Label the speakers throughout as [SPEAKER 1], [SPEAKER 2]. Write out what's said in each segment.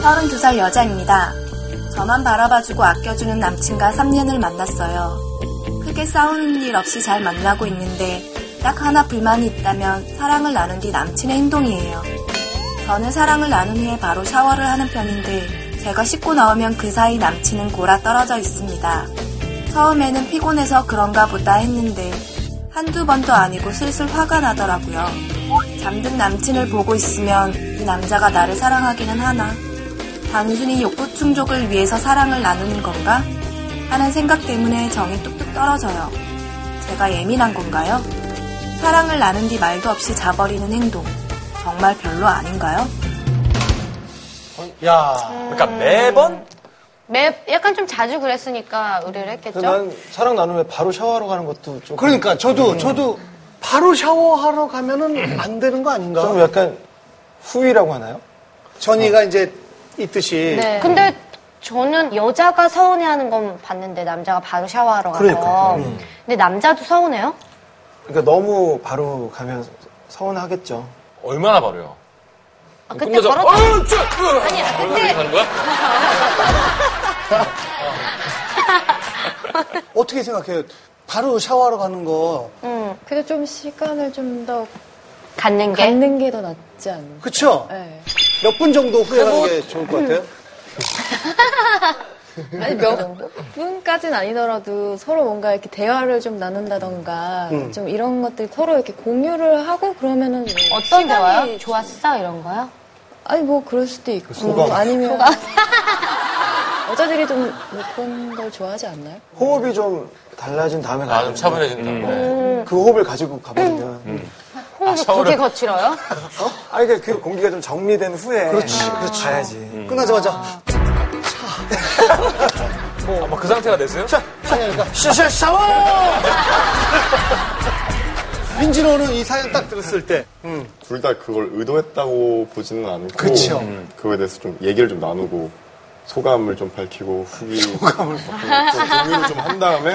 [SPEAKER 1] 32살 여자입니다. 저만 바라봐주고 아껴주는 남친과 3년을 만났어요. 크게 싸우는 일 없이 잘 만나고 있는데 딱 하나 불만이 있다면 사랑을 나눈 뒤 남친의 행동이에요. 저는 사랑을 나눈 후에 바로 샤워를 하는 편인데 제가 씻고 나오면 그 사이 남친은 골아 떨어져 있습니다. 처음에는 피곤해서 그런가 보다 했는데 한두 번도 아니고 슬슬 화가 나더라고요. 잠든 남친을 보고 있으면 이 남자가 나를 사랑하기는 하나. 단순히 욕구 충족을 위해서 사랑을 나누는 건가? 하는 생각 때문에 정이 뚝뚝 떨어져요. 제가 예민한 건가요? 사랑을 나눈 뒤 말도 없이 자버리는 행동. 정말 별로 아닌가요?
[SPEAKER 2] 어,
[SPEAKER 3] 야, 그러니까
[SPEAKER 4] 음.
[SPEAKER 3] 매번
[SPEAKER 5] 매 약간 좀 자주 그랬으니까 의뢰를 했겠죠.
[SPEAKER 4] 난 사랑 나눔에 바로 샤워하러 가는 것도 좀
[SPEAKER 3] 그러니까 저도
[SPEAKER 4] 음.
[SPEAKER 3] 저도 바로 샤워하러 가면은 안 되는 거 아닌가?
[SPEAKER 4] 좀 약간 후위라고 하나요?
[SPEAKER 3] 전이가 이제 있듯이 그
[SPEAKER 5] 네. 근데 저는 여자가 서운해하는 건 봤는데 남자가 바로 샤워하러 가서.
[SPEAKER 4] 그러니까요.
[SPEAKER 5] 근데 남자도 서운해요?
[SPEAKER 4] 그러니까 너무 바로 가면 서운하겠죠.
[SPEAKER 2] 얼마나 바로요?
[SPEAKER 5] 아, 그때 걸었
[SPEAKER 2] 어, 쭈! 으!
[SPEAKER 5] 아니야,
[SPEAKER 2] 얼굴이
[SPEAKER 5] 그때
[SPEAKER 2] 가는 거야?
[SPEAKER 3] 어떻게 생각해요? 바로 샤워하러 가는 거
[SPEAKER 5] 음,
[SPEAKER 6] 그래도 좀 시간을 좀 더
[SPEAKER 5] 갖는 게.
[SPEAKER 6] 갖는 게 더 낫지 않나?
[SPEAKER 3] 그쵸?
[SPEAKER 6] 네. 그뭐 음.
[SPEAKER 3] 몇 분 정도 후에 가는 게 좋을 것 같아요?
[SPEAKER 6] 아니 몇 분까진 아니더라도 서로 뭔가 이렇게 대화를 좀 나눈다던가 좀 이런 것들 서로 이렇게 공유를 하고 그러면은 뭐
[SPEAKER 5] 어떤 거요? 좋았어 이런 거요?
[SPEAKER 6] 아니 뭐 그럴 수도 있고
[SPEAKER 4] 소감.
[SPEAKER 6] 음, 아니면 여자들이 좀 뭐 그런 걸 좋아하지 않나요?
[SPEAKER 4] 호흡이 좀 달라진
[SPEAKER 2] 아,
[SPEAKER 4] 다음에
[SPEAKER 2] 음. 좀
[SPEAKER 4] 가면
[SPEAKER 2] 차분해진다. 네.
[SPEAKER 6] 음.
[SPEAKER 4] 그 호흡을 가지고 가버리면
[SPEAKER 2] 아,
[SPEAKER 5] 호흡이 되게 거칠어요?
[SPEAKER 4] 아니 그러니까 그 공기가 좀 정리된 후에
[SPEAKER 3] 그렇지, 음.
[SPEAKER 4] 그렇지. 가야지.
[SPEAKER 6] 아.
[SPEAKER 3] 끝나자마자
[SPEAKER 2] 아마 그 상태가 됐어요?
[SPEAKER 3] 사연이니까 샤샤 샤워! 민진호는 이 사연 딱 들었을 때
[SPEAKER 7] 둘 다 그걸 의도했다고 보지는 않고
[SPEAKER 3] 그쵸.
[SPEAKER 7] 음, 그거에 대해서 좀 얘기를 좀 나누고 소감을 좀 밝히고 후기 소감을 공유를 좀 한 다음에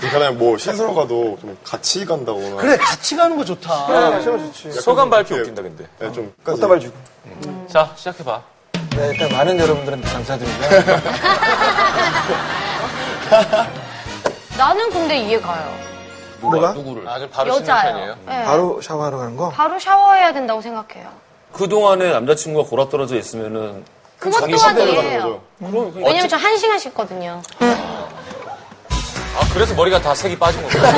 [SPEAKER 7] 그다음에 뭐 씻으러 가도 좀 같이 간다거나
[SPEAKER 3] 그래 같이 가는 거 좋다
[SPEAKER 2] 소감 밝히 웃긴다, 근데.
[SPEAKER 7] 네, 좀 끝까지
[SPEAKER 4] 꽃다발 주고.
[SPEAKER 2] 자, 시작해봐.
[SPEAKER 4] 네, 일단 많은 여러분들한테 감사드리고요.
[SPEAKER 5] 나는 근데 이해가요.
[SPEAKER 4] 뭐가?
[SPEAKER 2] 누구를? 아, 좀 바로
[SPEAKER 5] 여자요.
[SPEAKER 2] 시작하네요.
[SPEAKER 5] 네. 바로
[SPEAKER 4] 바로 샤워하러 가는 거?
[SPEAKER 5] 샤워해야 된다고 생각해요.
[SPEAKER 8] 그동안에 남자친구가 고아 떨어져 있으면은
[SPEAKER 5] 그것
[SPEAKER 8] 자기
[SPEAKER 5] 또한
[SPEAKER 8] 신대로
[SPEAKER 7] 예.
[SPEAKER 5] 이해해요. 왜냐면 저 한 시간 씻거든요.
[SPEAKER 2] 아, 그래서 머리가 다 색이 빠진 거구나.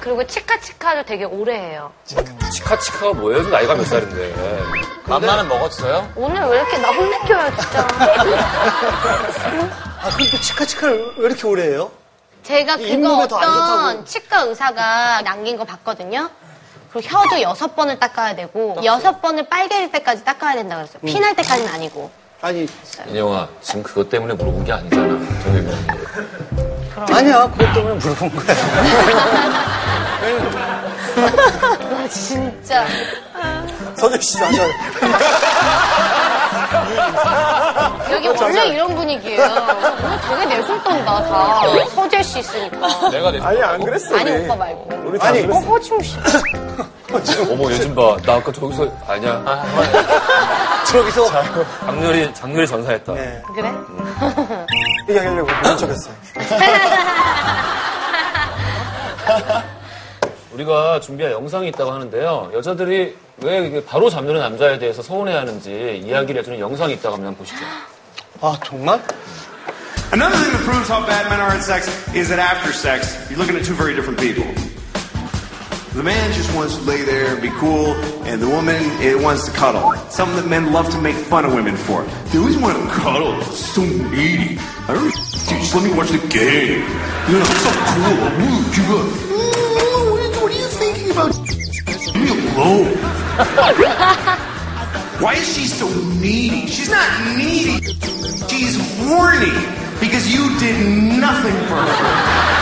[SPEAKER 5] 그리고 치카치카도 되게 오래 해요.
[SPEAKER 8] 치카치카가 뭐예요? 지금 나이가 몇 살인데.
[SPEAKER 2] 맘만은 먹었어요?
[SPEAKER 5] 오늘 왜 이렇게 나 혼내켜요, 진짜.
[SPEAKER 3] 아 그럼 또 치카치카를 왜 이렇게 오래 해요?
[SPEAKER 5] 제가 그거
[SPEAKER 3] 잇몸에 더안
[SPEAKER 5] 어떤
[SPEAKER 3] 좋다고.
[SPEAKER 5] 치과 의사가 남긴 거 봤거든요. 그리고 혀도 여섯 번을 닦아야 되고 여섯 번을 빨개질 때까지 닦아야 된다 그랬어요. 피날 때까지는 아니고.
[SPEAKER 3] 아니
[SPEAKER 8] 인영아, 지금 그것 때문에 물어본 게 아니잖아. 뭐. 정혜민.
[SPEAKER 3] 아니야 그것 때문에 물어본 거야
[SPEAKER 5] 와 진짜.
[SPEAKER 4] 선영 씨 아니야.
[SPEAKER 5] 여기 원래 이런 분위기예요. 오늘 되게 내숭떤다 다. 서재 씨 있으니까.
[SPEAKER 2] 내가 내
[SPEAKER 4] 아니 안 그랬어.
[SPEAKER 5] 아니
[SPEAKER 4] 우리.
[SPEAKER 5] 오빠 말고.
[SPEAKER 4] 우리 다 그랬어.
[SPEAKER 5] 어 허지웅 씨.
[SPEAKER 8] 어머, 요즘 봐. 나 아까 저기서, 아니야.
[SPEAKER 3] 저기서
[SPEAKER 8] 장렬이, 장렬이 전사했다.
[SPEAKER 5] 그래?
[SPEAKER 4] 얘기하려고 모른 척했어요.
[SPEAKER 8] 우리가 준비한 영상이 있다고 하는데요. 여자들이 왜 이게 바로 잠드는 남자에 대해서 서운해하는지 이야기를 해주는 영상이 있다고 하면 보시죠.
[SPEAKER 3] 아 정말?
[SPEAKER 9] Another thing that proves how bad men are at sex is that after sex, you're looking at two very different people. The man just wants to lay there and be cool, and the woman it wants to cuddle. Something that men love to make fun of women for. They always want to cuddle. It's so needy. I don't dude, just let me watch the game. You know, it's so cool. Ooh, you go. "Ooh, What are you- what are you thinking about? Leave me alone. Why is she so needy? She's not needy. She's horny because you did nothing for her.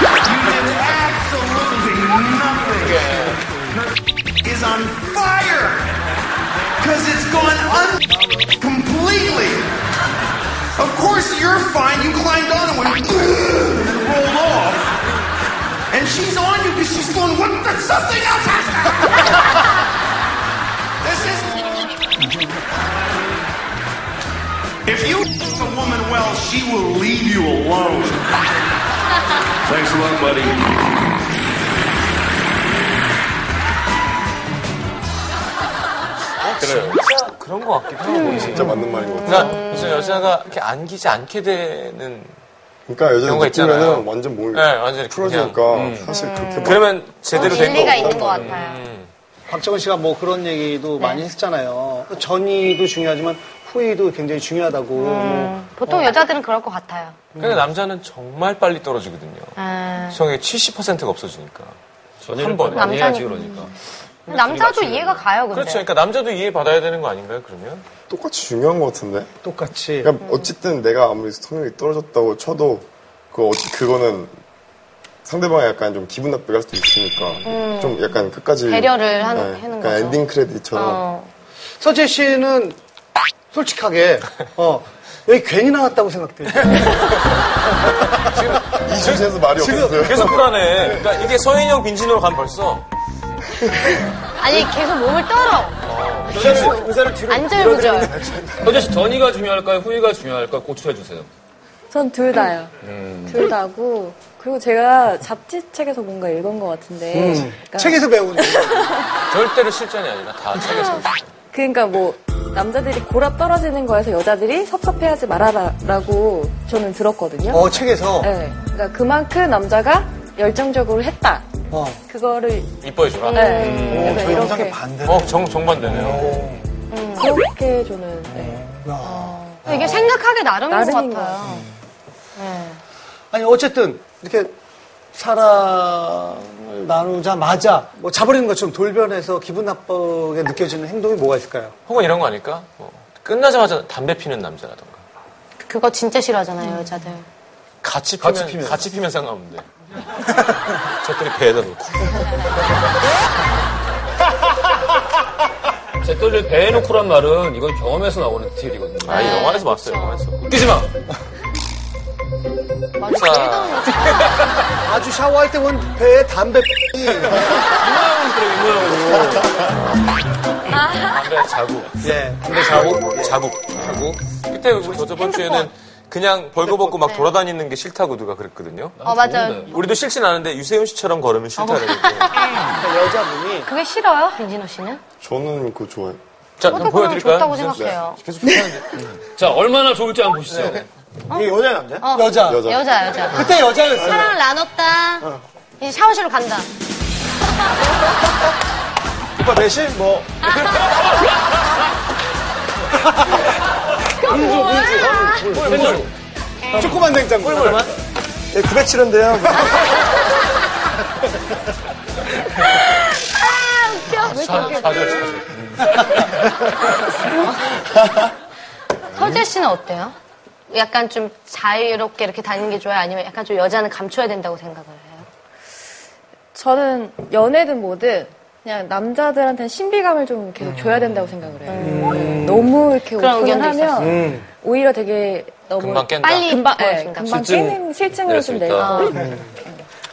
[SPEAKER 9] You did absolutely nothing. Her is on fire because it's gone un completely. Of course you're fine. You climbed on and went and rolled off. And she's on you because she's going, what the something else has happened. This is If you a woman well, she will leave you alone. Thanks a lot, buddy.
[SPEAKER 2] 그래요. 진짜 그런 것 같기도 하고.
[SPEAKER 7] 진짜 맞는 말인 것 같아요.
[SPEAKER 2] 그러니까 무슨 여자가 이렇게 안기지 않게 되는.
[SPEAKER 7] 그러니까
[SPEAKER 2] 경우가
[SPEAKER 7] 여자는
[SPEAKER 2] 있잖아요.
[SPEAKER 7] 느끼면은 완전 몸이
[SPEAKER 2] 네, 완전히
[SPEAKER 7] 풀어지니까
[SPEAKER 5] 음.
[SPEAKER 7] 사실 그렇게 뭐 막
[SPEAKER 2] 그러면 제대로 된 거
[SPEAKER 5] 일리가
[SPEAKER 2] 없다.
[SPEAKER 5] 있는 것 같아요.
[SPEAKER 3] 박정은 씨가 뭐 그런
[SPEAKER 6] 네.
[SPEAKER 3] 얘기도 많이 했잖아요. 전이도 중요하지만 후이도 굉장히 중요하다고.
[SPEAKER 6] 음.
[SPEAKER 3] 뭐
[SPEAKER 5] 보통 여자들은 그럴 것 같아요.
[SPEAKER 2] 근데 남자는 정말 빨리 떨어지거든요.
[SPEAKER 5] 아,
[SPEAKER 2] 성의 70%가 없어지니까.
[SPEAKER 8] 전혀
[SPEAKER 2] 한 번에.
[SPEAKER 8] 안 해야지
[SPEAKER 5] 남자니까.
[SPEAKER 8] 그러니까.
[SPEAKER 5] 남자도 이해가 가요, 근데.
[SPEAKER 2] 그렇죠. 그러니까 남자도 이해받아야 되는 거 아닌가요, 그러면?
[SPEAKER 7] 똑같이 중요한 것 같은데.
[SPEAKER 3] 똑같이.
[SPEAKER 7] 그러니까 어쨌든 내가 아무리 성능이 떨어졌다고 쳐도 그 어찌 그거는 상대방이 약간 좀 기분 나쁘게 할 수도 있으니까 좀 약간 끝까지
[SPEAKER 5] 음. 배려를 한- 하는
[SPEAKER 7] 그러니까
[SPEAKER 5] 거죠.
[SPEAKER 7] 엔딩 크레딧처럼
[SPEAKER 5] 어.
[SPEAKER 3] 서재 씨는 솔직하게, 어, 여기 괜히 나왔다고
[SPEAKER 6] 음.
[SPEAKER 3] 생각돼요.
[SPEAKER 7] 이준에서 말이 없었어요.
[SPEAKER 2] 계속 불안해. 그러니까 이게 서인형 빈진으로 가면 벌써
[SPEAKER 5] 아니, 계속 몸을 떨어. 뭐 안절부절.
[SPEAKER 8] 서재 씨 전이가 중요할까요? 후이가 중요할까요? 고추해 주세요.
[SPEAKER 6] 전 둘 다요. 둘 다고. 그리고 제가 잡지책에서 뭔가 읽은 것 같은데. 그러니까,
[SPEAKER 3] 음. 책에서 배운.
[SPEAKER 2] 절대로 실전이 아니라 다 책에서.
[SPEAKER 6] 그러니까 뭐, 남자들이 고라 떨어지는 거에서 여자들이 섭섭해하지 말아라라고 저는 들었거든요.
[SPEAKER 3] 어, 책에서.
[SPEAKER 6] 네. 그러니까 그만큼 남자가 열정적으로 했다.
[SPEAKER 3] 어.
[SPEAKER 6] 그거를
[SPEAKER 2] 이뻐해주라.
[SPEAKER 6] 네. 그래서
[SPEAKER 4] 저 영상이
[SPEAKER 6] 이렇게
[SPEAKER 4] 반대네.
[SPEAKER 2] 어, 정, 정반대네요.
[SPEAKER 6] 그렇게 저는 네.
[SPEAKER 5] 이게 생각하기 나름인
[SPEAKER 6] 나름인
[SPEAKER 5] 것
[SPEAKER 6] 것
[SPEAKER 5] 같아요.
[SPEAKER 3] 아니, 어쨌든, 이렇게 사랑을 나누자마자, 뭐, 자버리는 것처럼 돌변해서 기분 나쁘게 느껴지는 행동이 뭐가 있을까요?
[SPEAKER 2] 혹은 이런 거 아닐까? 뭐, 끝나자마자 담배 피는 남자라던가.
[SPEAKER 5] 그거 진짜 싫어하잖아요, 여자들.
[SPEAKER 2] 같이 피면, 같이
[SPEAKER 3] 같이
[SPEAKER 2] 피면,
[SPEAKER 3] 피면.
[SPEAKER 2] 상관없는데. 저들이 배에다 놓고.
[SPEAKER 8] 제떨을 배에 놓고란 말은 이건 경험에서 나오는 디테일이거든요.
[SPEAKER 2] 아, 이 영화에서 봤어요, 영화에서. 웃기지 마!
[SPEAKER 5] 맞아,
[SPEAKER 2] 자.
[SPEAKER 5] 일도 못
[SPEAKER 3] 아주 샤워할 때 원 배에 담배
[SPEAKER 2] 아,
[SPEAKER 8] 아.
[SPEAKER 2] 담배 자국.
[SPEAKER 3] 예.
[SPEAKER 2] 담배 자국? 자국. 자국. 네. 그때 그렇죠. 저 저번 주에는 그냥 벌거벗고 막 돌아다니는 게 싫다고 누가 그랬거든요.
[SPEAKER 5] 어, 맞아요.
[SPEAKER 2] 우리도 싫진 않은데 유세윤 씨처럼 걸으면 싫다는 거고.
[SPEAKER 3] 여자분이
[SPEAKER 5] 그게 싫어요, 빈진호 씨는?
[SPEAKER 7] 저는 그거 좋아해요.
[SPEAKER 2] 자,
[SPEAKER 5] 저도
[SPEAKER 2] 그럼
[SPEAKER 5] 그냥
[SPEAKER 2] 보여드릴까요?
[SPEAKER 5] 좋다고 생각해요.
[SPEAKER 2] 계속 좋다는데.
[SPEAKER 8] 자, 얼마나 좋을지 한번 보시죠.
[SPEAKER 4] 이게 여자 남자?
[SPEAKER 5] 어,
[SPEAKER 3] 여자.
[SPEAKER 7] 여자.
[SPEAKER 5] 여자, 여자.
[SPEAKER 4] 네.
[SPEAKER 3] 그때 여자였어요.
[SPEAKER 5] 사랑을 나눴다. 이제 샤워실로 간다.
[SPEAKER 4] 오빠 대신 뭐
[SPEAKER 3] 조그만 냉장고.
[SPEAKER 4] 예, 907인데요.
[SPEAKER 2] 자, 자주, 자주.
[SPEAKER 5] 서재 씨는 어때요? 약간 좀 자유롭게 이렇게 다니는 게 좋아요? 아니면 약간 좀 여자는 감춰야 된다고 생각을 해요?
[SPEAKER 6] 저는 연애든 뭐든 그냥 남자들한테 신비감을 좀 계속 줘야 된다고 생각을 해요. 네. 너무 이렇게
[SPEAKER 5] 그런
[SPEAKER 6] 오픈을
[SPEAKER 5] 의견도 있었어요.
[SPEAKER 6] 하면 오히려 되게 너무
[SPEAKER 2] 금방 깬다.
[SPEAKER 5] 빨리
[SPEAKER 6] 금방, 예,
[SPEAKER 5] 보여준다.
[SPEAKER 6] 금방 깨는 실증을
[SPEAKER 2] 낼수
[SPEAKER 6] 좀
[SPEAKER 2] 있다.
[SPEAKER 6] 내고 음.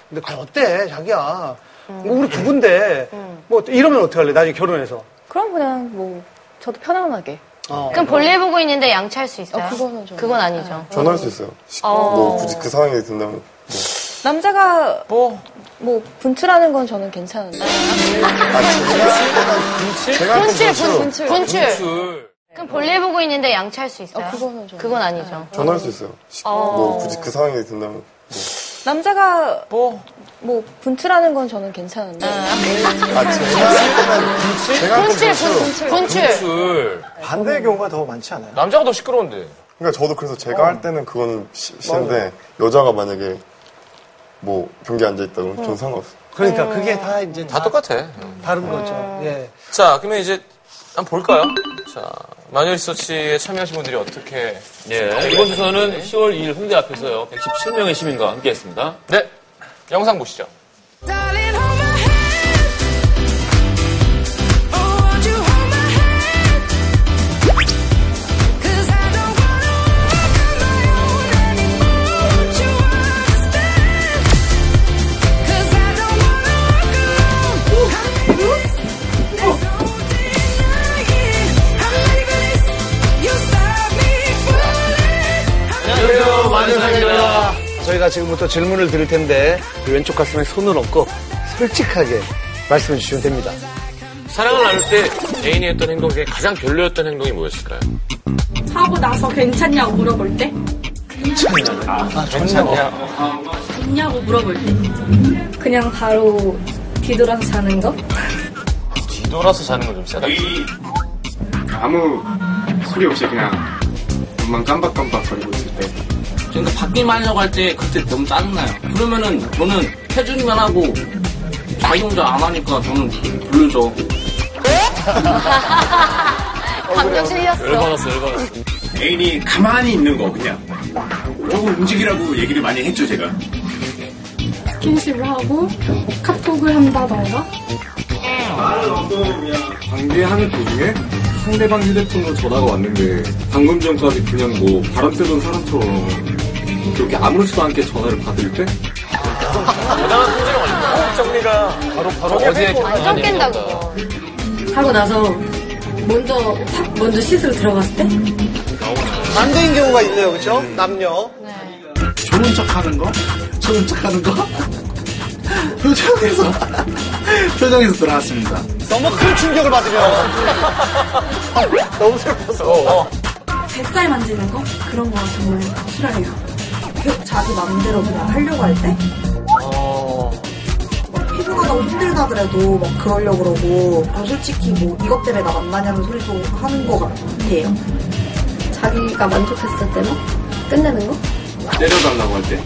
[SPEAKER 3] 근데 아, 어때 자기야. 뭐 우리 부부인데 뭐 이러면 어떻게 할래? 나중에 결혼해서.
[SPEAKER 6] 그럼 그냥 뭐 저도 편안하게
[SPEAKER 3] 어.
[SPEAKER 5] 그럼 볼일 보고 있는데 양치할 수 있어요?
[SPEAKER 6] 어, 그거는 좀-
[SPEAKER 5] 그건 아니죠.
[SPEAKER 7] 전화할 수 있어요. 너 굳이 그 상황이 된다면
[SPEAKER 6] 남자가
[SPEAKER 2] 뭐,
[SPEAKER 6] 뭐 분출하는 건 저는 괜찮은데
[SPEAKER 7] 제가
[SPEAKER 5] 분출,
[SPEAKER 7] 로
[SPEAKER 5] 분출, 분출. 그럼 볼일 보고 있는데 양치할 수 있어요?
[SPEAKER 6] 어, 그거는 좀-
[SPEAKER 5] 그건 아니죠.
[SPEAKER 7] 전화할 수 있어요. 너 굳이 그 상황이 된다면
[SPEAKER 6] 남자가
[SPEAKER 2] 뭐.
[SPEAKER 6] 뭐 분출하는 건 저는 괜찮은데
[SPEAKER 7] 아 제가 할 때는 분칠? 제가 할
[SPEAKER 5] 분출,
[SPEAKER 7] 때는
[SPEAKER 5] 분- 분출,
[SPEAKER 7] 분칠.
[SPEAKER 5] 분출.
[SPEAKER 2] 술.
[SPEAKER 4] 반대의 경우가 더 많지 않아요?
[SPEAKER 2] 남자가 더 시끄러운데.
[SPEAKER 7] 그러니까 저도 그래서 제가 할 때는 그거는 시- 싫은데 여자가 만약에 뭐 경기 앉아 있다 그러면
[SPEAKER 5] 음.
[SPEAKER 7] 전 상관없어요.
[SPEAKER 3] 그러니까 그게 다 이제
[SPEAKER 2] 다
[SPEAKER 3] 다,
[SPEAKER 2] 똑같아.
[SPEAKER 3] 다른 거죠. 예.
[SPEAKER 2] 자, 그러면 이제 한번 볼까요? 자, 마녀 리서치에 참여하신 분들이 어떻게.
[SPEAKER 8] 예, 이번 주서는 10월 2일 홍대 앞에서요. 117명의 시민과 함께 했습니다.
[SPEAKER 2] 네. 영상 보시죠.
[SPEAKER 1] Oh,
[SPEAKER 10] You stop me from
[SPEAKER 3] 저희가 지금부터 질문을 드릴 텐데 이 왼쪽 가슴에 손을 얹고 솔직하게 말씀해 주시면 됩니다.
[SPEAKER 2] 사랑을 나눌 때 애인이 했던 행동 중에 가장 별로였던 행동이 뭐였을까요?
[SPEAKER 1] 하고 나서 괜찮냐고 물어볼 때? 괜찮냐고 물어볼 때. 그냥 바로 뒤돌아서 자는 거?
[SPEAKER 11] 뒤돌아서 자는 건 좀 세다.
[SPEAKER 9] 아무 소리 없이 그냥 눈만 깜박깜박거리고 있을 때
[SPEAKER 12] 그러니까 받기만 하려고 할 때 그때 너무 짜증나요. 그러면은 저는 해주기만 하고 자기 혼자 안 하니까 저는 별로죠.
[SPEAKER 13] 감정 실렸어.
[SPEAKER 11] 열받았어.
[SPEAKER 9] 애인이 가만히 있는 거 그냥 조금 움직이라고 얘기를 많이 했죠 제가
[SPEAKER 1] 스킨십을 하고 카톡을 한다던가?
[SPEAKER 9] 관계하는 도중에 상대방 휴대폰으로 전화가 왔는데 방금 전까지 그냥 뭐 바람 쐬던 사람처럼 그렇게 아무렇지도 않게 전화를 받을 때
[SPEAKER 2] 대단한 통제력 아닙니까? 정리가 바로 바로 어제
[SPEAKER 13] 완전 깬다고.
[SPEAKER 1] 하고 나서 먼저 탁 먼저 씻으러 들어갔을 때?
[SPEAKER 3] 반대인 경우가 있네요, 그렇죠? 남녀.
[SPEAKER 14] 좋은 척 하는 거? 좋은 척 하는 거? 표정에서, 표정에서 들어왔습니다.
[SPEAKER 3] 너무 큰 충격을 받으면 너무 슬퍼서
[SPEAKER 1] 뱃살 만지는 거? 그런 거 정말 싫어해요. 그 자기 마음대로 그냥 하려고 할 때? 막 피부가 너무 힘들다 그래도 막 그러려고 그러고 아, 솔직히 뭐 이것 때문에 나 만나냐는 소리도 하는 거 같아요. 자기가 만족했을 때만 끝내는 거?
[SPEAKER 9] 때려달라고 할 때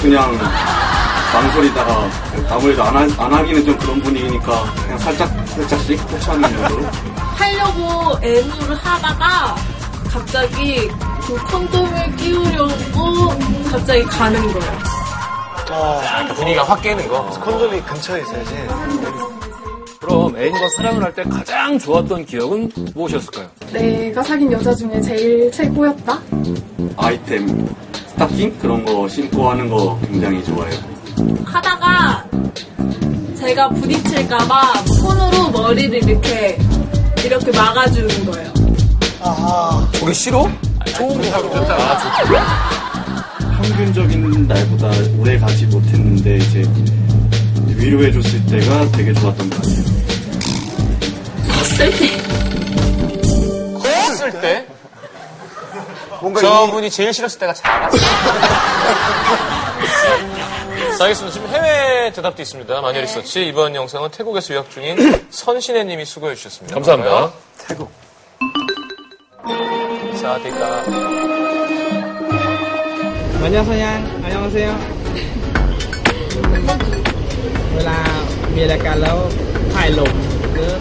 [SPEAKER 9] 그냥 망설이다가 아무래도 안, 하, 안 하기는 좀 그런 분위기니까 그냥 살짝 살짝씩 터치하는 정도로
[SPEAKER 1] 하려고 애무를 하다가 갑자기 그 콘돔을 끼우려고 갑자기 가는 거예요.
[SPEAKER 2] 그 분위기가 확 깨는 거.
[SPEAKER 4] 아, 콘돔이 근처에 있어야지.
[SPEAKER 11] 그럼 애인과 사랑을 할 때 가장 좋았던 기억은 무엇이었을까요?
[SPEAKER 1] 내가 사귄 여자 중에 제일 최고였다?
[SPEAKER 9] 아이템 스타킹 그런 거 신고 하는 거 굉장히 좋아해요
[SPEAKER 1] 하다가 제가 부딪힐까봐 손으로 머리를 이렇게 이렇게 막아주는 거예요.
[SPEAKER 2] 그게 싫어? 좋은 거
[SPEAKER 9] 평균적인 날보다 오래 가지 못했는데 이제 위로해줬을 때가 되게 좋았던 것 같아요.
[SPEAKER 1] 봤을 때
[SPEAKER 2] 했을 때?
[SPEAKER 4] 뭔가
[SPEAKER 2] 저분이 제일 싫었을 때가 잘 알았어요. 자, 알겠습니다. 지금 해외 대답도 있습니다. 마녀 리서치. 이번 영상은 태국에서 유학 중인 선신혜 님이 수고해 주셨습니다.
[SPEAKER 11] 감사합니다.
[SPEAKER 2] 태국. 자, 대가.
[SPEAKER 15] 안녕하세요. 안녕하세요.เวลา มีรายการแล้วถ่ายลงหรือ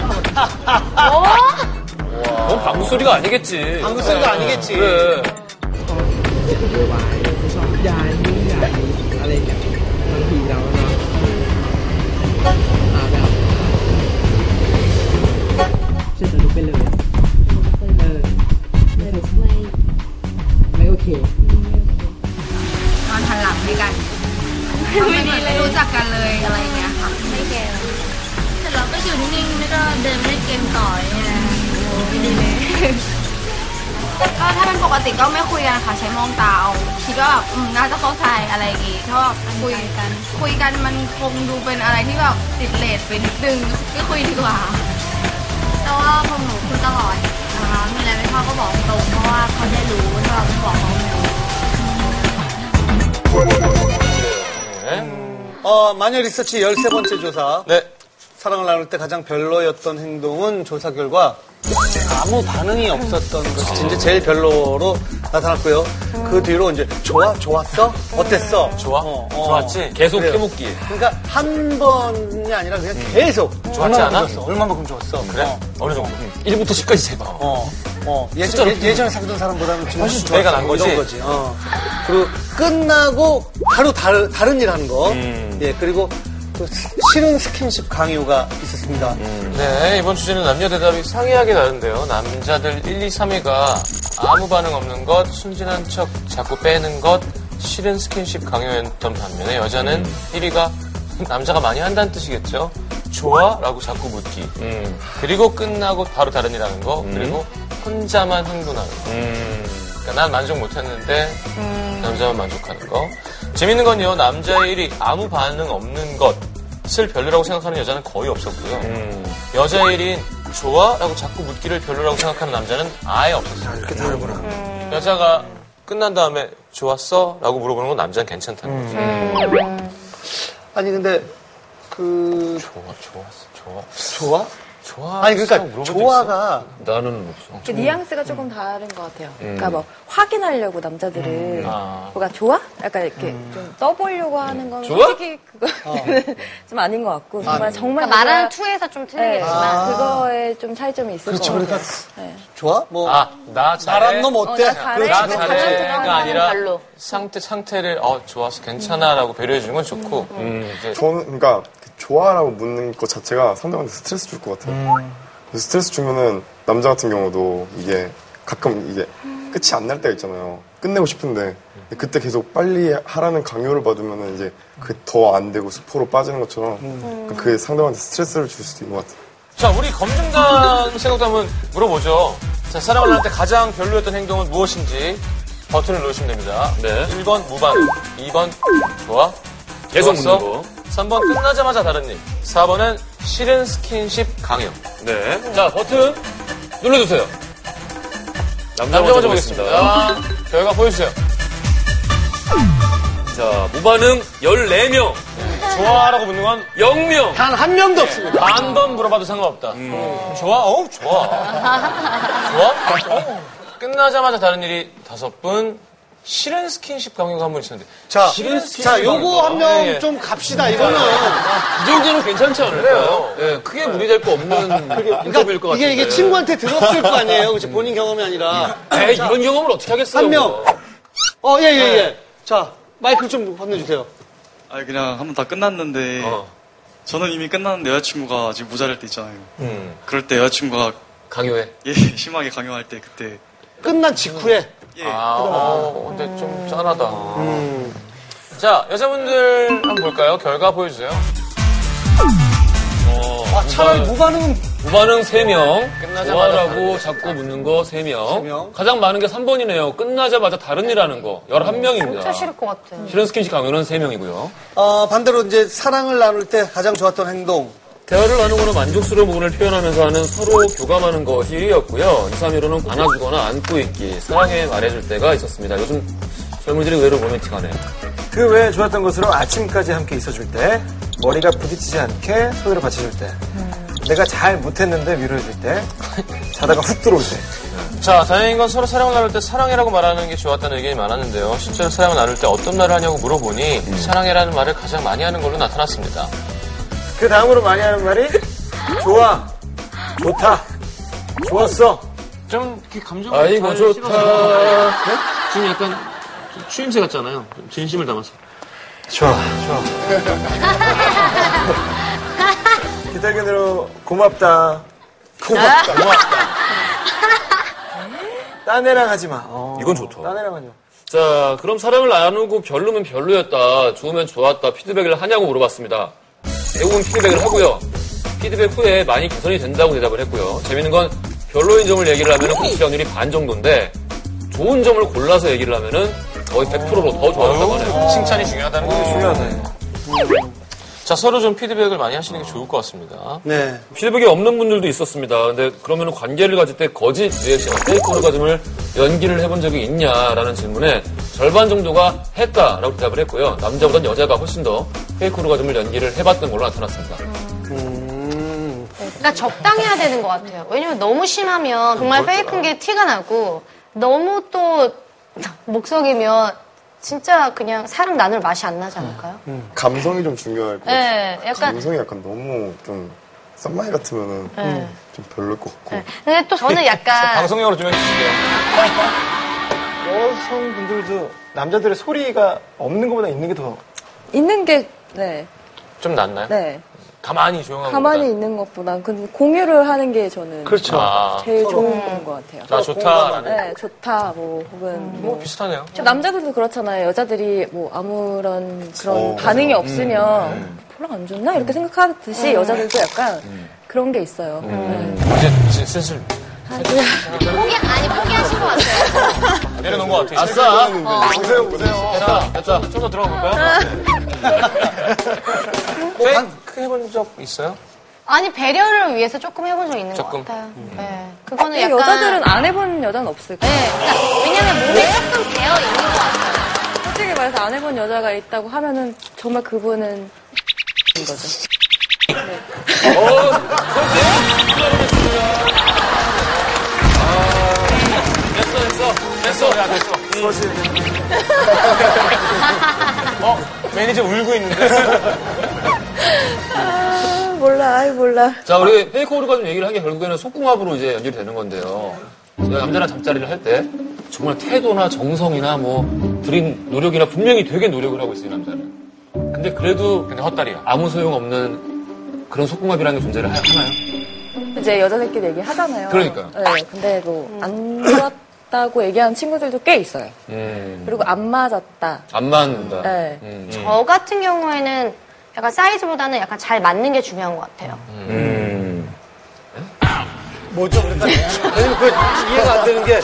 [SPEAKER 11] 그건 방구 소리가 아니겠지. 네.
[SPEAKER 15] 방구 소리가 아니겠지.
[SPEAKER 11] 그래.
[SPEAKER 15] จะโวยวายไม่ชอบยายไม่ยายอะไรอย่างเงี้ยบางทีเราเราอ่าแบบช่วยสนุกไปเลยเออไม่ไม่โอเค
[SPEAKER 5] นอนหันหลังด้วยกันไม่เหมือนไม่รู้จักกันเลยอะไรอย่างเงี้ยค่ะไม่แกมแต่เราก็อยู่นิ่งๆแล้วก็เดินไปเล่นเกมต่อเนี่ยโอ้ไม่ดีเลยก็ถ้าเป็นปกติก็ไม่คุยกันค่ะใช้มองตาเอาคิดว่าแบบอืมน่าจะเข้าใจอะไรอย่างงี้ถ้าแบบคุยกัน คุยกันมันคงดูเป็นอะไรที่แบบติดเลทไปนิดนึงไม่คุยดีกว่า แต่ว่าผมหนูคุยตลอดนะคะมีอะไรไม่เข้าก็บอกตรงเพราะว่าเขาได้รู้ถ้าเราไม่บอกเขาไม่รู้
[SPEAKER 3] 어, 마녀 리서치 13번째 조사.
[SPEAKER 2] 네.
[SPEAKER 3] 사랑을 나눌 때 가장 별로였던 행동은 조사 결과 아무 반응이 없었던 것이 진짜 제일 별로로 나타났고요. 그 뒤로 이제 좋아? 좋았어? 어땠어? 좋아?
[SPEAKER 2] 좋았지? 계속 해먹기.
[SPEAKER 3] 그러니까 한 번이 아니라 그냥 계속
[SPEAKER 2] 좋았지 않아?
[SPEAKER 3] 얼마만큼 좋았어? 얼마만큼 좋았어?
[SPEAKER 2] 그래? 어. 느 정도? 1부터 10까지 세봐.
[SPEAKER 3] 어,
[SPEAKER 2] 숫자로
[SPEAKER 3] 예전,
[SPEAKER 2] 좀-
[SPEAKER 3] 예, 전에 사귀던 사람보다는 지금
[SPEAKER 2] 훨씬
[SPEAKER 3] 좋았어,
[SPEAKER 2] 내가 난 거지?
[SPEAKER 3] 이런 거지. 어. 그리고 끝나고 바로 다른, 다른 일 하는 거.
[SPEAKER 2] 음.
[SPEAKER 3] 예, 그리고 또 스- 싫은 스킨십 강요가 있었습니다.
[SPEAKER 2] 네, 이번 주제는 남녀 대답이 상이하게 다른데요. 남자들 1, 2, 3위가 아무 반응 없는 것, 순진한 척 자꾸 빼는 것, 싫은 스킨십 강요했던 반면에 여자는 1위가 남자가 많이 한다는 뜻이겠죠. 좋아? 라고 자꾸 묻기. 그리고 끝나고 바로 다른 일 하는 거, 그리고 혼자만 흥분하는 거. 그러니까 난 만족 못했는데 남자만 만족하는 거. 재밌는 건요, 남자의 1위 아무 반응 없는 것을 별로라고 생각하는 여자는 거의 없었고요. 여자의 1위인 좋아? 라고 자꾸 묻기를 별로라고 생각하는 남자는 아예 없었어요. 이렇게 다르구나. 여자가 끝난 다음에 좋았어? 라고 물어보는 건 남자는 괜찮다는 거죠.
[SPEAKER 3] 아니 근데 그
[SPEAKER 2] 좋아, 좋았어, 좋아.
[SPEAKER 3] 좋아?
[SPEAKER 2] 좋아.
[SPEAKER 3] 아니 그러니까 좋아가
[SPEAKER 8] 나는 없어.
[SPEAKER 6] 그 뉘앙스가 조금 다른 것 같아요.
[SPEAKER 8] 음.
[SPEAKER 6] 그러니까 뭐 확인하려고
[SPEAKER 8] 음.
[SPEAKER 6] 남자들은
[SPEAKER 8] 아.
[SPEAKER 6] 뭐가 좋아? 약간 이렇게
[SPEAKER 3] 음.
[SPEAKER 6] 좀 떠보려고 하는 건
[SPEAKER 8] 좋아?
[SPEAKER 6] 솔직히 그거는 좀 아닌 것 같고 정말 정말
[SPEAKER 5] 그러니까 말하는
[SPEAKER 6] 내가-
[SPEAKER 5] 투에서 좀
[SPEAKER 6] 네,
[SPEAKER 5] 틀리겠지만
[SPEAKER 6] 그거에 좀 차이점이 있을
[SPEAKER 3] 그렇죠.
[SPEAKER 6] 것 같아요.
[SPEAKER 3] 그러니까 좋아? 뭐
[SPEAKER 2] 아, 나 잘해.
[SPEAKER 3] 나란 놈 어때? 그렇죠.
[SPEAKER 2] 어, 나 잘해.
[SPEAKER 3] 그렇지,
[SPEAKER 2] 나
[SPEAKER 3] 그렇지.
[SPEAKER 2] 잘해가 아니라
[SPEAKER 5] 발로.
[SPEAKER 2] 상태, 상태를 어, 좋아서 괜찮아라고 배려해 주는 건 좋고
[SPEAKER 3] 음.
[SPEAKER 2] 이제
[SPEAKER 7] 저는 그러니까 그 좋아라고 묻는 것 자체가 상대방한테 스트레스 줄 것 같아요. 그래서 스트레스 주면은 남자 같은 경우도 이게 가끔 이게 끝이 안 날 때가 있잖아요. 끝내고 싶은데 그때 계속 빨리 하라는 강요를 받으면은 이제 그 더 안 되고 스포로 빠지는 것처럼 그게 상대방한테 스트레스를 줄 수도 있는 것 같아요.
[SPEAKER 2] 자, 우리 검증단 생각도 한번 물어보죠. 자, 사랑을 할 때 가장 별로였던 행동은 무엇인지 버튼을 누르시면 됩니다.
[SPEAKER 8] 네.
[SPEAKER 2] 1번 무반, 2번 좋아,
[SPEAKER 8] 계속
[SPEAKER 2] 좋았어?
[SPEAKER 8] 묻는 거.
[SPEAKER 2] 3번 끝나자마자 다른 일, 4번은 싫은 스킨십 강요.
[SPEAKER 8] 네. 자, 버튼 눌러주세요. 남자
[SPEAKER 2] 남자 먼저
[SPEAKER 8] 먼저
[SPEAKER 2] 보겠습니다.
[SPEAKER 8] 보겠습니다.
[SPEAKER 2] 결과 보여주세요.
[SPEAKER 8] 자, 무반응 14명.
[SPEAKER 2] 좋아라고 묻는 건
[SPEAKER 8] 0명.
[SPEAKER 3] 단 한 명도 없습니다.
[SPEAKER 2] 반 네. 번 물어봐도 상관없다. 음, 좋아? 어우, 좋아. 좋아? 어우. 끝나자마자 다른 일이 다섯 분, 싫은 스킨십 강요가 한 분 있었는데.
[SPEAKER 3] 자,
[SPEAKER 2] 싫은 스킨십
[SPEAKER 3] 자
[SPEAKER 2] 강요가?
[SPEAKER 3] 요거 한 명
[SPEAKER 2] 예, 음, 예.
[SPEAKER 3] 좀 아, 갑시다 이거는.
[SPEAKER 8] 이 정도면 괜찮지 않을까요? 예, 크게 무리될 거 없는 인터뷰일
[SPEAKER 2] 음.
[SPEAKER 8] 것 같은데.
[SPEAKER 3] 이게 이게 친구한테 들었을 거 아니에요. 그치? 본인 경험이 아니라.
[SPEAKER 2] 음.
[SPEAKER 8] 에이, 이런 경험을 어떻게 하겠어요?
[SPEAKER 3] 한 명. 어, 예, 예,
[SPEAKER 2] 네.
[SPEAKER 3] 예. 자, 마이크 좀 건네주세요.
[SPEAKER 16] 아 그냥 한번 다 끝났는데
[SPEAKER 2] 어.
[SPEAKER 16] 저는 이미 끝났는데 여자친구가 지금 모자랄 때 있잖아요.
[SPEAKER 2] 음.
[SPEAKER 16] 그럴 때 여자친구가
[SPEAKER 2] 강요해.
[SPEAKER 16] 예 심하게 강요할 때 그때 예.
[SPEAKER 3] 끝난 직후에.
[SPEAKER 2] 아, 어, 근데 좀 짠하다.
[SPEAKER 3] 음.
[SPEAKER 2] 자, 여자분들 한번 볼까요? 결과 보여주세요. 어,
[SPEAKER 3] 아, 차라리 무반응.
[SPEAKER 8] 무반응 3명.
[SPEAKER 2] 끝나자마자
[SPEAKER 8] 좋아라고 자꾸 묻는 거 3명. 가장 많은 게 3번이네요. 끝나자마자 다른 일 하는 거.
[SPEAKER 3] 음.
[SPEAKER 8] 11명입니다.
[SPEAKER 5] 진짜 싫을 것 같아.
[SPEAKER 8] 싫은 스킨십 강요는 3명이고요.
[SPEAKER 3] 어, 반대로 이제 사랑을 나눌 때 가장 좋았던 행동.
[SPEAKER 8] 대화를 나누거나 만족스러운 부분을 표현하면서 하는 서로 교감하는 것이 1위였고요. 2, 3위로는 안아주거나 안고 있기, 사랑해 말해줄 때가 있었습니다. 요즘 젊은이들이 의외로 로맨틱하네요.
[SPEAKER 4] 그 외에 좋았던 것으로 아침까지 함께 있어줄 때, 머리가 부딪히지 않게 소개를 받쳐줄 때,
[SPEAKER 1] 음.
[SPEAKER 4] 내가 잘 못했는데 위로해줄 때, 자다가 훅 들어올 때.
[SPEAKER 2] 자, 다행인 건 서로 사랑을 나눌 때 사랑해라고 말하는 게 좋았다는 의견이 많았는데요. 실제로 사랑을 나눌 때 어떤 말을 하냐고 물어보니
[SPEAKER 8] 음.
[SPEAKER 2] 사랑해라는 말을 가장 많이 하는 걸로 나타났습니다.
[SPEAKER 4] 그 다음으로 많이 하는 말이, 좋아, 좋다, 좋았어.
[SPEAKER 2] 좀 이렇게 감정을
[SPEAKER 8] 아이고,
[SPEAKER 2] 잘
[SPEAKER 8] 좋다.
[SPEAKER 2] 실어서.
[SPEAKER 8] 지금 약간 좀 추임새 같잖아요. 좀 진심을 담아서.
[SPEAKER 4] 좋아, 좋아. 기타견으로 고맙다. 고맙다, 고맙다. 딴 애랑 하지 마. 어,
[SPEAKER 8] 이건 좋다.
[SPEAKER 4] 딴 애랑 하냐.
[SPEAKER 8] 자, 그럼 사랑을 나누고 별로면 별로였다, 좋으면 좋았다, 피드백을 하냐고 물어봤습니다. 대부분 피드백을 하고요. 피드백 후에 많이 개선이 된다고 대답을 했고요. 재밌는 건 별로인 점을 얘기를 하면 공시연율이 반 정도인데 좋은 점을 골라서 얘기를 하면은 거의 100%로 더 좋아졌다고 하네요.
[SPEAKER 2] 칭찬이 중요하다는 거죠.
[SPEAKER 4] 중요하다.
[SPEAKER 2] 자, 서로 좀 피드백을 많이 하시는 게 좋을 것 같습니다.
[SPEAKER 3] 네.
[SPEAKER 8] 피드백이 없는 분들도 있었습니다. 근데 그러면 관계를 가질 때 거짓 리액션, 페이크 오르가즘을 연기를 해본 적이 있냐라는 질문에 절반 정도가 했다라고 대답을 했고요. 남자보단 여자가 훨씬 더 페이크 오르가즘을 연기를 해봤던 걸로 나타났습니다.
[SPEAKER 2] 네.
[SPEAKER 5] 그러니까 적당해야 되는 것 같아요. 왜냐면 너무 심하면 정말 페이크인 게 티가 나고 너무 또 목석이면 진짜 그냥 사랑 나눌 맛이 안 나지 않을까요?
[SPEAKER 7] 음. 감성이 좀 중요할 것 같아요.
[SPEAKER 5] 네, 약간-
[SPEAKER 7] 감성이 약간 너무 좀 썸마이 같으면은
[SPEAKER 5] 네.
[SPEAKER 7] 좀 별로일 것 같고.
[SPEAKER 5] 근데 또 저는 약간
[SPEAKER 2] 방송용으로 좀 해주시고요.
[SPEAKER 4] 여성분들도 남자들의 소리가 없는 것보다 있는 게 더.
[SPEAKER 6] 있는 게 네,
[SPEAKER 2] 좀 낫나요?
[SPEAKER 6] 네.
[SPEAKER 2] 가만히 조용하고.
[SPEAKER 6] 가만히 있는 것보단 근데 공유를 하는 게 저는
[SPEAKER 2] 그렇죠. 아.
[SPEAKER 6] 제일
[SPEAKER 2] 서로.
[SPEAKER 6] 좋은 것 같아요.
[SPEAKER 8] 음.
[SPEAKER 2] 나 좋다라는.
[SPEAKER 6] 네, 좋다 뭐
[SPEAKER 5] 음.
[SPEAKER 6] 혹은 뭐
[SPEAKER 2] 비슷하네요.
[SPEAKER 6] 남자들도 그렇잖아요. 여자들이 뭐 아무런 그런
[SPEAKER 2] 어,
[SPEAKER 6] 반응이
[SPEAKER 2] 맞아요.
[SPEAKER 6] 없으면 별로 안 좋나 이렇게
[SPEAKER 2] 음.
[SPEAKER 6] 생각하듯이
[SPEAKER 5] 음.
[SPEAKER 6] 여자들도 약간 그런 게 있어요. 네.
[SPEAKER 2] 이제, 이제 슬슬
[SPEAKER 5] 포기 아니 포기하신 것 같아요.
[SPEAKER 17] 내려놓은 것 같아.
[SPEAKER 2] 아싸!
[SPEAKER 7] 보세요, 보세요.
[SPEAKER 2] 됐다, 됐다. 좀 더 들어가 볼까요? 네.
[SPEAKER 17] 페이크 해본 적 있어요?
[SPEAKER 5] 아니 배려를 위해서 조금 해본 적 있는
[SPEAKER 17] 조금?
[SPEAKER 5] 것 같아요. 네, 그거는
[SPEAKER 6] 근데
[SPEAKER 5] 약간 네,
[SPEAKER 6] 여자들은 안 해본 여자는 없을 거예요.
[SPEAKER 5] 왜냐면 몸에 조금 배어 있는 것 같아요.
[SPEAKER 6] 솔직히 말해서 안 해본 여자가 있다고 하면은 정말 그분은
[SPEAKER 18] 인 거죠.
[SPEAKER 2] 됐어, 됐어. 됐어. 야, 됐어.
[SPEAKER 19] 소실.
[SPEAKER 17] 어? 매니저 울고 있는데?
[SPEAKER 6] 아, 몰라, 아이 몰라.
[SPEAKER 2] 자, 우리 페이크 오르가즘 얘기를 하기 결국에는 속궁합으로 이제 연결이 되는 건데요. 제가 남자랑 잠자리를 할 때 정말 태도나 정성이나 뭐 들인 노력이나 분명히 되게 노력을 하고 있어요, 이 남자는. 근데 그래도 근데 헛다리야. 아무 소용없는 그런 속궁합이라는 게 존재를 하- 하나요?
[SPEAKER 6] 이제 여자들끼리 얘기하잖아요.
[SPEAKER 2] 그러니까요.
[SPEAKER 6] 네, 근데 뭐 안 좋았다고 얘기하는 친구들도 꽤 있어요.
[SPEAKER 2] 음.
[SPEAKER 6] 그리고 안 맞았다.
[SPEAKER 2] 안 맞는다.
[SPEAKER 6] 네.
[SPEAKER 2] 음.
[SPEAKER 5] 저 같은 경우에는 약간 사이즈보다는 약간 잘 맞는 게 중요한 것 같아요.
[SPEAKER 2] 음.
[SPEAKER 4] 뭐죠? 그러니까 왜냐면 그 이해가 안 되는 게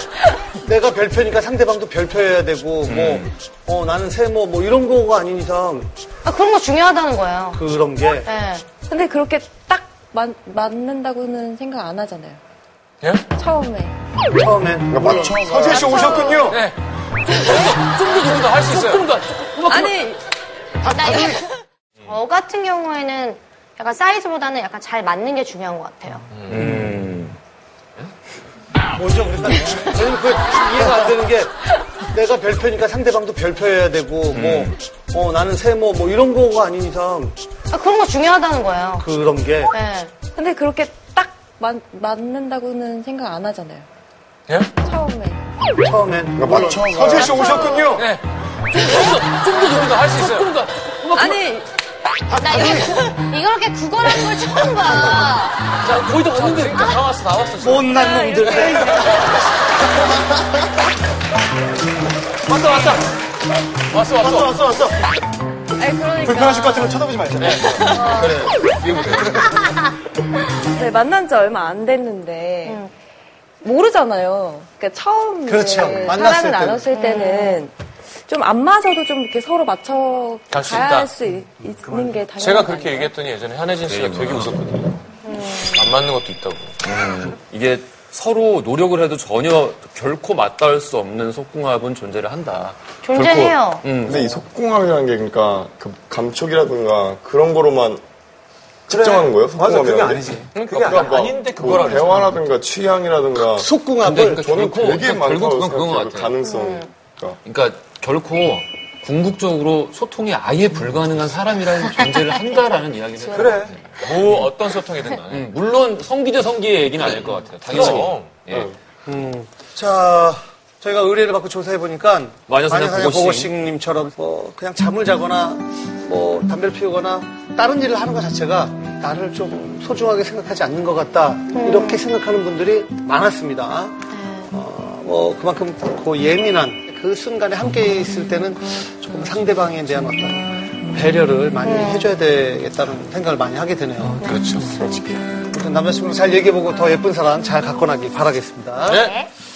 [SPEAKER 4] 내가 별표니까 상대방도 별표여야 되고 뭐 어, 나는 세모 뭐 이런 거가 아닌 이상
[SPEAKER 5] 아, 그런 거 중요하다는 거예요.
[SPEAKER 4] 그런 게
[SPEAKER 5] 네.
[SPEAKER 6] 근데 그렇게 딱 맞, 맞는다고는 생각 안 하잖아요.
[SPEAKER 17] 예?
[SPEAKER 6] 처음에.
[SPEAKER 4] 처음에. 음,
[SPEAKER 7] 서재 씨 오셨군요.
[SPEAKER 17] 네. 좀더 할 수 있어요.
[SPEAKER 6] 아니,
[SPEAKER 5] 나 이거- 저 같은 경우에는 약간 사이즈보다는 약간 잘 맞는 게 중요한 것 같아요.
[SPEAKER 4] 뭐죠? 그러니까 왜냐면 그 이해가 안 되는 게 내가 별표니까 상대방도 별표여야 되고
[SPEAKER 7] 음.
[SPEAKER 4] 뭐 어, 나는 세모 뭐 이런 거가 아닌 이상
[SPEAKER 5] 아, 그런 거 중요하다는 거예요.
[SPEAKER 4] 그런 게
[SPEAKER 5] 네.
[SPEAKER 6] 근데 그렇게 딱 맞, 맞는다고는 생각 안 하잖아요.
[SPEAKER 17] 예?
[SPEAKER 6] 처음에.
[SPEAKER 4] 처음에
[SPEAKER 7] 그러니까 서재 씨 오셨군요.
[SPEAKER 17] 네. 좀더좀더할 수 있어요.
[SPEAKER 6] 아니,
[SPEAKER 5] 나 이거, 이렇게 구걸하는 걸 처음 봐.
[SPEAKER 17] 자, 거의 다 왔는데. 나왔어, 나왔어. 지금.
[SPEAKER 4] 못난 놈들.
[SPEAKER 17] 왔다, 왔다. 왔어, 왔어.
[SPEAKER 4] 왔어 왔어 왔어.
[SPEAKER 6] 아니 그러니까.
[SPEAKER 7] 불편하실 것 같으면 쳐다보지 말자.
[SPEAKER 6] 네, 만난 지 얼마 안 됐는데 모르잖아요. 그러니까 처음
[SPEAKER 4] 그렇죠. 만났을
[SPEAKER 6] 사람을
[SPEAKER 4] 때는.
[SPEAKER 6] 나눴을 때는 좀 안 맞아도 좀 이렇게 서로 맞춰
[SPEAKER 17] 갈수
[SPEAKER 6] 가야
[SPEAKER 17] 있다.
[SPEAKER 6] 할 수 있는 게 당연한
[SPEAKER 17] 제가
[SPEAKER 6] 거
[SPEAKER 17] 그렇게
[SPEAKER 6] 아니에요?
[SPEAKER 17] 얘기했더니 예전에 한혜진 씨가
[SPEAKER 2] 네,
[SPEAKER 17] 되게 웃었거든요. 안 맞는 것도 있다고.
[SPEAKER 2] 음. 이게 서로 노력을 해도 전혀 결코 맞닿을 수 없는 속궁합은 존재를 한다.
[SPEAKER 5] 존재해요.
[SPEAKER 7] 근데 이 속궁합이라는 게 그러니까 그 감촉이라든가 그런 거로만 측정하는 거예요?
[SPEAKER 19] 맞아,
[SPEAKER 7] 속궁합이라는
[SPEAKER 19] 그게
[SPEAKER 7] 게?
[SPEAKER 19] 아니지. 그게
[SPEAKER 7] 그러니까
[SPEAKER 19] 아니-
[SPEAKER 7] 뭐
[SPEAKER 19] 아닌데 그거라고 그 했잖아.
[SPEAKER 7] 대화라든가 취향이라든가
[SPEAKER 4] 속궁합을
[SPEAKER 2] 근데
[SPEAKER 7] 저는
[SPEAKER 2] 결코-
[SPEAKER 7] 되게
[SPEAKER 2] 결국
[SPEAKER 7] 많다고
[SPEAKER 2] 네, 그러니까 그건 그건 것
[SPEAKER 7] 생각해요.
[SPEAKER 2] 같아요.
[SPEAKER 7] 가능성. 그러니까.
[SPEAKER 2] 그러니까 결코 궁극적으로 소통이 아예 불가능한 사람이라는 존재를 한다라는 이야기를 해요.
[SPEAKER 19] 그래.
[SPEAKER 17] 뭐 어떤 소통이든 간에.
[SPEAKER 2] 음, 물론 성기대 성기의 얘기는 아닐 것 같아요. 당연히.
[SPEAKER 17] 그럼.
[SPEAKER 2] 예.
[SPEAKER 4] 자, 저희가 의뢰를 받고 조사해보니까
[SPEAKER 2] 마녀사냥 보고싱.
[SPEAKER 4] 보고싱님처럼 뭐 그냥 잠을 자거나 뭐 담배를 피우거나 다른 일을 하는 것 자체가 나를 좀 소중하게 생각하지 않는 것 같다 이렇게 생각하는 분들이 많았습니다. 어, 뭐 그만큼 그 예민한 그 순간에 함께 있을 때는 조금 상대방에 대한 어떤 배려를 많이 해줘야 되겠다는 생각을 많이 하게 되네요.
[SPEAKER 17] 그렇죠.
[SPEAKER 4] 남자친구랑 잘 얘기해보고 더 예쁜 사람 잘 갖고 나길 바라겠습니다.
[SPEAKER 2] 네.